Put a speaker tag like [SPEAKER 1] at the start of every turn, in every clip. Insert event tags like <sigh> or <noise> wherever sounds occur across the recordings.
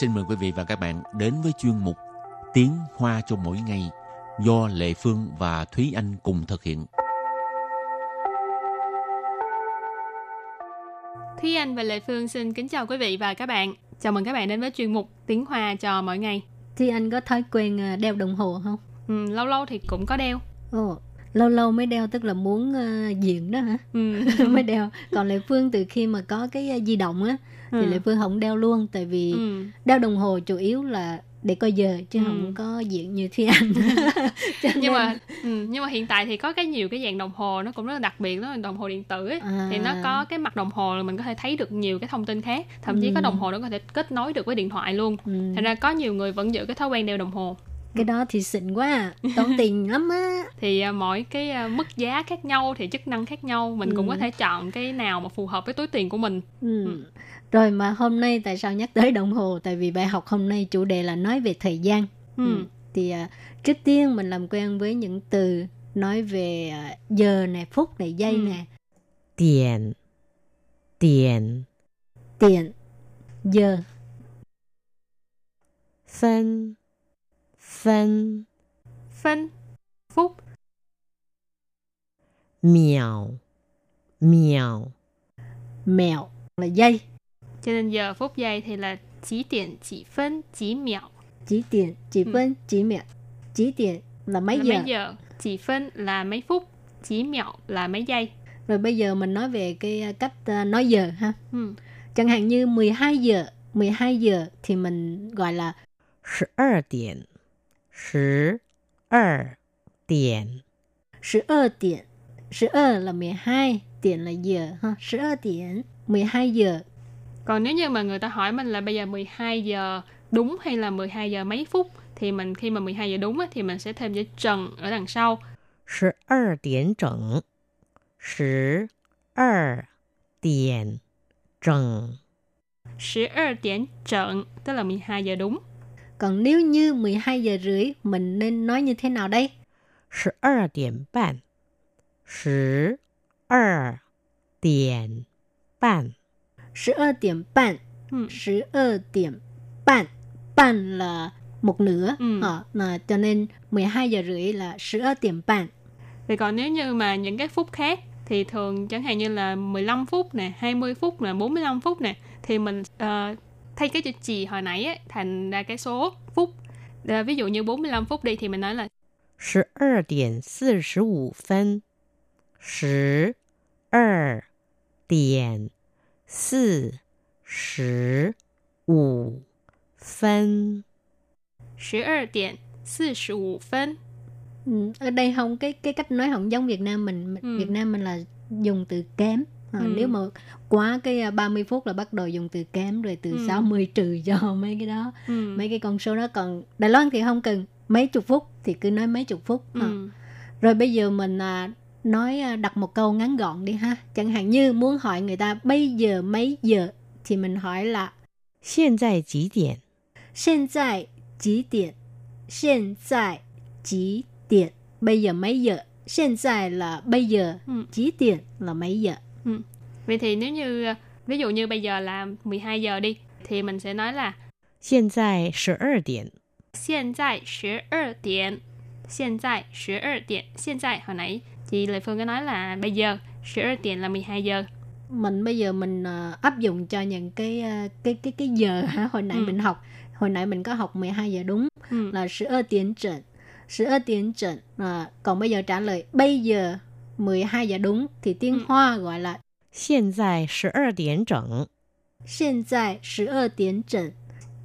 [SPEAKER 1] xin mời quý vị và các bạn đến với chuyên mục Tiếng Hoa cho mỗi ngày do Lệ Phương và Thúy Anh cùng thực hiện.
[SPEAKER 2] Thúy Anh và Lệ Phương xin kính chào quý vị và các bạn. Chào mừng các bạn đến với chuyên mục Tiếng Hoa cho mỗi ngày.
[SPEAKER 3] Thì anh có thói quen ờ, đeo đồng hồ không?
[SPEAKER 2] Ừ, lâu lâu thì cũng có đeo.
[SPEAKER 3] Ồ, lâu lâu mới đeo tức là muốn ờ, diện đó hả?
[SPEAKER 2] Ừ.
[SPEAKER 3] mới đeo. Còn Lệ Phương từ khi mà có cái ờ, di động á <laughs> thì
[SPEAKER 2] Ừ.
[SPEAKER 3] Lệ Phương không đeo luôn tại vì
[SPEAKER 2] Ừ.
[SPEAKER 3] đeo đồng hồ chủ yếu là để coi giờ chứ
[SPEAKER 2] Ừ.
[SPEAKER 3] không có diện như Thúy <laughs> Anh. Cho nên-
[SPEAKER 2] Nhưng mà ừ, nhưng mà hiện tại thì có cái nhiều cái dạng đồng hồ nó cũng rất là đặc biệt đó là đồng hồ điện tử ấy.
[SPEAKER 3] À.
[SPEAKER 2] Thì nó có cái mặt đồng hồ là mình có thể thấy được nhiều cái thông tin khác, thậm chí
[SPEAKER 3] Ừ.
[SPEAKER 2] có đồng hồ nó có thể kết nối được với điện thoại luôn.
[SPEAKER 3] Ừ.
[SPEAKER 2] Thành ra có nhiều người vẫn giữ cái thói quen đeo đồng hồ.
[SPEAKER 3] cái đó thì xịn quá à. tốn <laughs> tiền lắm á
[SPEAKER 2] Thì à, mỗi cái à, mức giá khác nhau thì chức năng khác nhau, mình cũng
[SPEAKER 3] Ừ.
[SPEAKER 2] có thể chọn cái nào mà phù hợp với túi tiền của mình.
[SPEAKER 3] ừ. rồi mà hôm nay tại sao nhắc tới đồng hồ tại vì bài học hôm nay chủ đề là nói về thời gian
[SPEAKER 2] Ừ.
[SPEAKER 3] thì à, trước tiên mình làm quen với những từ nói về à, giờ nè phút này giây
[SPEAKER 2] Ừ.
[SPEAKER 3] nè
[SPEAKER 4] 点点
[SPEAKER 3] tiền giờ
[SPEAKER 4] 分分
[SPEAKER 2] Phân phút
[SPEAKER 4] 秒秒
[SPEAKER 3] mẹo là giây
[SPEAKER 2] Cho nên giờ phút giây thì là chỉ điểm, chỉ phân, chỉ miểu.
[SPEAKER 3] chỉ tiền chỉ
[SPEAKER 2] Ừ.
[SPEAKER 3] phân chỉ mẹo chỉ tiền là mấy
[SPEAKER 2] là
[SPEAKER 3] giờ
[SPEAKER 2] mấy giờ, chỉ phân là mấy phút, chỉ miểu là mấy giây.
[SPEAKER 3] rồi bây giờ mình nói về cái à, cách à, nói giờ ha
[SPEAKER 2] Ừ.
[SPEAKER 3] chẳng hạn như 12 giờ 12 giờ thì mình gọi là
[SPEAKER 4] 十二点十二点
[SPEAKER 3] 12 điểm. 12 là 12, điểm là giờ ha. 12 điểm, 12 giờ.
[SPEAKER 2] Còn nếu như mà người ta hỏi mình là bây giờ 12 giờ đúng hay là 12 giờ mấy phút thì mình khi mà 12 giờ đúng á, thì mình sẽ thêm chữ trần ở đằng sau.
[SPEAKER 4] 十二点整十二点整
[SPEAKER 2] 12 điểm trận tức là 12 giờ đúng.
[SPEAKER 3] Còn nếu như 12 giờ rưỡi mình nên nói như thế nào đây?
[SPEAKER 4] 十二点半十二点半
[SPEAKER 3] 12 điểm半,
[SPEAKER 2] Ừ.
[SPEAKER 3] 12 điểm半.半là một nửa.
[SPEAKER 2] Ừ.
[SPEAKER 3] Ờ, là cho nên 12 giờ rưỡi là 12 điểm半.
[SPEAKER 2] Vậy còn nếu như mà những cái phút khác thì thường chẳng hạn như là 15 phút nè, 20 phút nè, 45 phút nè thì mình ờ, thay cái chữ chì hồi nãy ấy, thành ra cái số phút. Ờ, ví dụ như 45 phút đi thì mình nói là
[SPEAKER 4] 十二点四十五分，十二点四十五分，
[SPEAKER 2] 12 điểm 45 phân.
[SPEAKER 3] Ừ, ở đây không cái cái cách nói không giống Việt Nam mình Mình-
[SPEAKER 2] Ừ.
[SPEAKER 3] Việt Nam mình là dùng từ kém Ờ,
[SPEAKER 2] Ừ.
[SPEAKER 3] nếu mà quá cái à, 30 phút là bắt đầu dùng từ kém rồi từ
[SPEAKER 2] Ừ.
[SPEAKER 3] 60 trừ cho <laughs> mấy cái đó
[SPEAKER 2] Ừ.
[SPEAKER 3] mấy cái con số đó còn Đài Loan thì không cần mấy chục phút thì cứ nói mấy chục phút Ờ.
[SPEAKER 2] Ừ.
[SPEAKER 3] rồi bây giờ mình à, nói à, đặt một câu ngắn gọn đi ha chẳng hạn như muốn hỏi người ta bây giờ mấy giờ thì mình hỏi là
[SPEAKER 4] 现在几点？
[SPEAKER 3] 现在几点？现在几点？bây giờ mấy giờ? hiện tại là bây giờ,
[SPEAKER 2] Ừ.
[SPEAKER 3] chỉ tiền là mấy giờ?
[SPEAKER 2] Vậy thì nếu như ờ, ví dụ như bây giờ là 12 giờ đi thì mình sẽ nói là
[SPEAKER 4] 现在十二点。
[SPEAKER 2] hiện tại 12 điểm. Hiện tại 12 điểm. Hiện tại hồi nãy chị Lê Phương có nói là bây giờ 12 điểm là 12 giờ.
[SPEAKER 3] Mình bây giờ mình ờ, áp dụng cho những cái ờ, cái cái cái giờ hả? Hồi nãy
[SPEAKER 2] Ừ.
[SPEAKER 3] mình học, hồi nãy mình có học 12 giờ đúng
[SPEAKER 2] Ừ.
[SPEAKER 3] là 12 tiếng trận. 12 tiếng trận. À, còn bây giờ trả lời bây giờ 12 giờ đúng thì tiếng
[SPEAKER 2] Ừ.
[SPEAKER 3] Hoa gọi là
[SPEAKER 4] 现在十二点整。
[SPEAKER 3] 现在十二点整，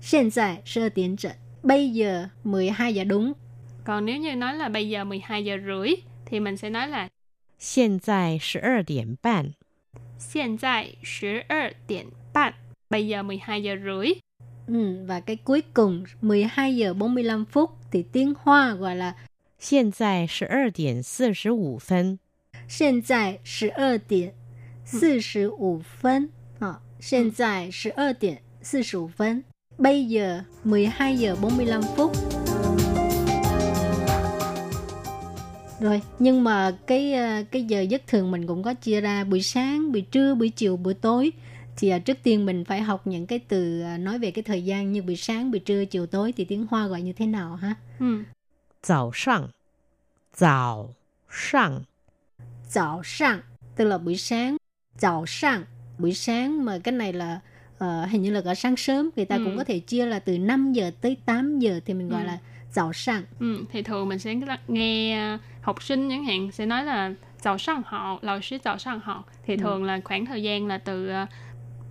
[SPEAKER 3] 现在十二点整。bây giờ 12 giờ đúng
[SPEAKER 2] Còn nếu như nói là bây giờ 12 giờ rưỡi thì mình sẽ nói là
[SPEAKER 4] 现在十二点半。
[SPEAKER 2] hiện tại 12 điểm bạn. Bây giờ 12 giờ rưỡi.
[SPEAKER 3] Ừ, và cái cuối cùng 12 giờ 45 phút thì tiếng Hoa gọi là
[SPEAKER 4] 现在十二点四十五分。
[SPEAKER 3] 现在12点45分. Ờ, hiện tại 12 điểm 45 phân. Bây giờ 12 giờ 45 phút. Rồi, nhưng mà cái ờ, cái giờ giấc thường mình cũng có chia ra buổi sáng, buổi trưa, buổi chiều, buổi tối thì à, trước tiên mình phải học những cái từ à, nói về cái thời gian như buổi sáng, buổi trưa, chiều tối thì tiếng Hoa gọi như thế nào ha?
[SPEAKER 2] Ừ.
[SPEAKER 4] 早上，早上，
[SPEAKER 3] 早上 tức là buổi sáng. 早上 buổi sáng mà cái này là ờ, hình như là gọi sáng sớm người ta
[SPEAKER 2] Ừ.
[SPEAKER 3] cũng có thể chia là từ 5 giờ tới 8 giờ thì mình gọi
[SPEAKER 2] Ừ.
[SPEAKER 3] là 早上
[SPEAKER 2] Ừ, thì thường mình sẽ nghe ờ, học sinh chẳng hạn sẽ nói là chào sang họ, lão sư chào sang họ. Thì
[SPEAKER 3] Ừ.
[SPEAKER 2] thường là khoảng thời gian là từ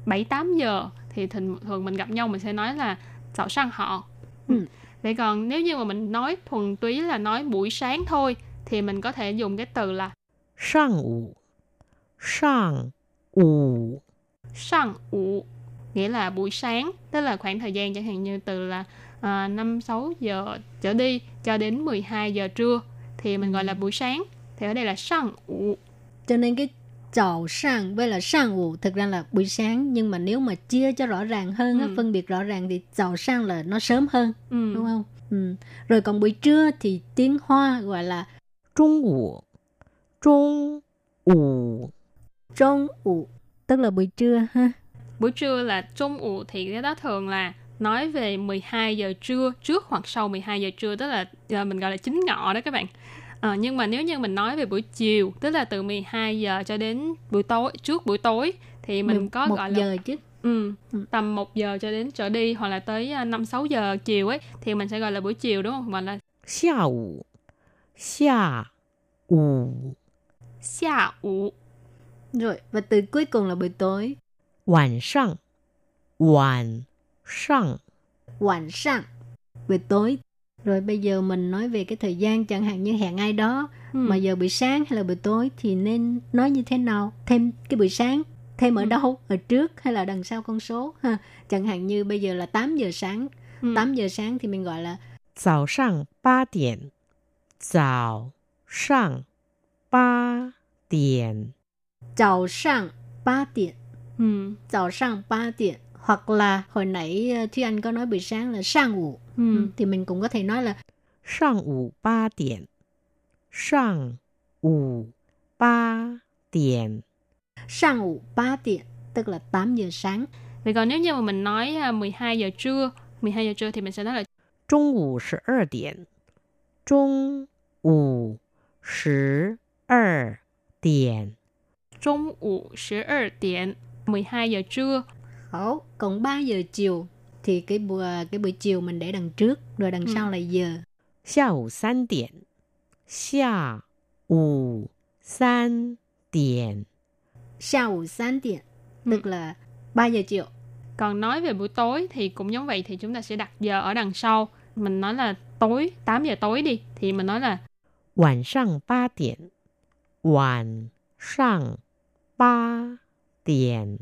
[SPEAKER 2] 7 8 giờ thì thường, thường mình gặp nhau mình sẽ nói là chào sang họ.
[SPEAKER 3] Ừ.
[SPEAKER 2] Vậy còn nếu như mà mình nói thuần túy là nói buổi sáng thôi thì mình có thể dùng cái từ là
[SPEAKER 4] 上午，上午，
[SPEAKER 2] sang ủ nghĩa là buổi sáng tức là khoảng thời gian chẳng hạn như từ là à, 5 6 giờ trở đi cho đến 12 giờ trưa thì mình
[SPEAKER 3] Ừ.
[SPEAKER 2] gọi là buổi sáng thì ở đây là sang ủ
[SPEAKER 3] cho nên cái 早上 với là 上午 thực ra là buổi sáng nhưng mà nếu mà chia cho rõ ràng hơn á,
[SPEAKER 2] Ừ.
[SPEAKER 3] phân biệt rõ ràng thì 早上 là nó sớm hơn
[SPEAKER 2] ừ.
[SPEAKER 3] đúng không? Ừ. Rồi còn buổi trưa thì tiếng Hoa gọi là
[SPEAKER 4] 中午，中午，
[SPEAKER 3] 中午 tức là buổi trưa ha.
[SPEAKER 2] buổi trưa là trung ủ thì cái đó thường là nói về 12 giờ trưa trước hoặc sau 12 giờ trưa tức là à, mình gọi là chính ngọ đó các bạn Ờ, nhưng mà nếu như mình nói về buổi chiều tức là từ 12 giờ cho đến buổi tối trước buổi tối thì mình có
[SPEAKER 3] một
[SPEAKER 2] gọi là
[SPEAKER 3] giờ chứ.
[SPEAKER 2] Ừ,
[SPEAKER 3] Ừ.
[SPEAKER 2] tầm 1 giờ cho đến trở đi hoặc là tới 5 6 giờ chiều ấy thì mình sẽ gọi là buổi chiều đúng không? Gọi là
[SPEAKER 4] 下午，下午，
[SPEAKER 2] xà ủ.
[SPEAKER 3] Rồi và từ cuối cùng là buổi tối.
[SPEAKER 4] 晚上，晚上，
[SPEAKER 3] 晚上 buổi tối rồi bây giờ mình nói về cái thời gian chẳng hạn như hẹn ai đó
[SPEAKER 2] Ừ.
[SPEAKER 3] mà giờ buổi sáng hay là buổi tối thì nên nói như thế nào thêm cái buổi sáng thêm ở
[SPEAKER 2] Ừ.
[SPEAKER 3] đâu ở trước hay là đằng sau con số ha chẳng hạn như bây giờ là 8 giờ sáng
[SPEAKER 2] Ừ.
[SPEAKER 3] 8 giờ sáng thì mình gọi là
[SPEAKER 4] 早上八点，早上八点，
[SPEAKER 3] chào sang ba tiện
[SPEAKER 2] Ừ.
[SPEAKER 3] chào sang ba tiện hoặc là hồi nãy ờ, Thúy Anh có nói buổi sáng là sang ngủ
[SPEAKER 2] Ừ.
[SPEAKER 3] thì mình cũng có thể nói là
[SPEAKER 4] 上午八点，上午八点，
[SPEAKER 3] sang ngủ ba tiện tức là 8 giờ sáng
[SPEAKER 2] Vậy còn nếu như mà mình nói à, 12 giờ trưa, 12 giờ trưa thì mình sẽ nói là
[SPEAKER 4] 中午十二点，中午十二点，
[SPEAKER 2] trung ủ 12 điểm, 12 giờ trưa.
[SPEAKER 3] Hổ, còn 3 giờ chiều thì cái buổi cái buổi chiều mình để đằng trước rồi đằng
[SPEAKER 2] Ừ.
[SPEAKER 3] sau là giờ.
[SPEAKER 4] 下午三点，下午三点，
[SPEAKER 3] Sau 3 điểm
[SPEAKER 2] Ừ.
[SPEAKER 3] tức là 3 giờ chiều.
[SPEAKER 2] Còn nói về buổi tối thì cũng giống vậy thì chúng ta sẽ đặt giờ ở đằng sau. Mình nói là tối 8 giờ tối đi thì mình nói là
[SPEAKER 4] 晚上八点，晚上八点。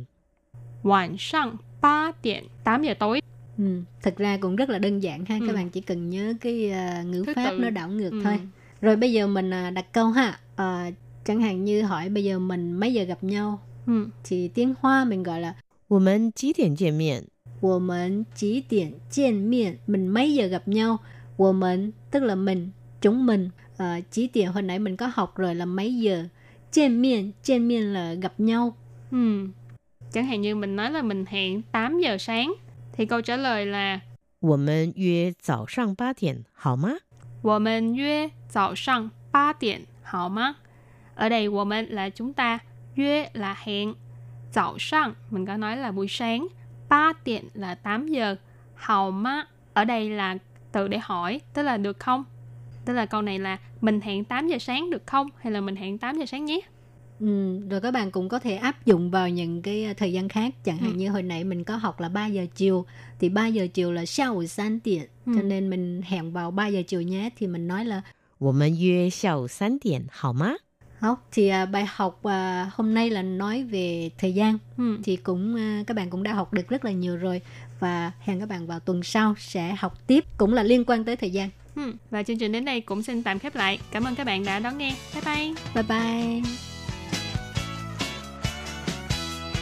[SPEAKER 2] 晚上8 điểm, 8 giờ tối.
[SPEAKER 3] Ừ, thật ra cũng rất là đơn giản ha,
[SPEAKER 2] Ừ.
[SPEAKER 3] các bạn chỉ cần nhớ cái à, ngữ
[SPEAKER 2] Thứ
[SPEAKER 3] pháp
[SPEAKER 2] tự.
[SPEAKER 3] nó đảo ngược
[SPEAKER 2] Ừ.
[SPEAKER 3] thôi. Rồi bây giờ mình à, đặt câu ha. Ờ, chẳng hạn như hỏi bây giờ mình mấy giờ gặp nhau
[SPEAKER 2] Ừ.
[SPEAKER 3] thì tiếng Hoa mình gọi là
[SPEAKER 4] 我们几点见面？
[SPEAKER 3] 我们几点见面? Mình mấy giờ gặp nhau? 我们 tức là mình, chúng mình. Ờ, chỉ điểm hồi nãy mình có học rồi là mấy giờ? 见面,见面 là gặp nhau.
[SPEAKER 2] Ừ. Chẳng hạn như mình nói là mình hẹn 8 giờ sáng thì câu trả lời là
[SPEAKER 4] 我们约早上八点好吗？
[SPEAKER 2] mình yue zào shang ba điểm hảo má. Ở đây mình là chúng ta, yue là hẹn, zào shang mình có nói là buổi sáng, ba điểm là 8 giờ, hảo má ở đây là từ để hỏi, tức là được không? Tức là câu này là mình hẹn 8 giờ sáng được không? Hay là mình hẹn 8 giờ sáng nhé?
[SPEAKER 3] Ừ, rồi các bạn cũng có thể áp dụng vào những cái à, thời gian khác. Chẳng hạn
[SPEAKER 2] Ừ.
[SPEAKER 3] như hồi nãy mình có học là 3 giờ chiều. Thì 3 giờ chiều là 下午3 điểm.
[SPEAKER 2] Ừ.
[SPEAKER 3] Cho nên mình hẹn vào 3 giờ chiều nhé. Thì mình nói là
[SPEAKER 4] 我们约下午三点好吗？
[SPEAKER 3] học. Thì à, bài học à, hôm nay là nói về thời gian.
[SPEAKER 2] Ừ.
[SPEAKER 3] thì cũng à, các bạn cũng đã học được rất là nhiều rồi và hẹn các bạn vào tuần sau sẽ học tiếp cũng là liên quan tới thời gian.
[SPEAKER 2] Ừ. Và chương trình đến đây cũng xin tạm khép lại. Cảm ơn các bạn đã đón nghe. Bye bye!
[SPEAKER 3] Bye bye.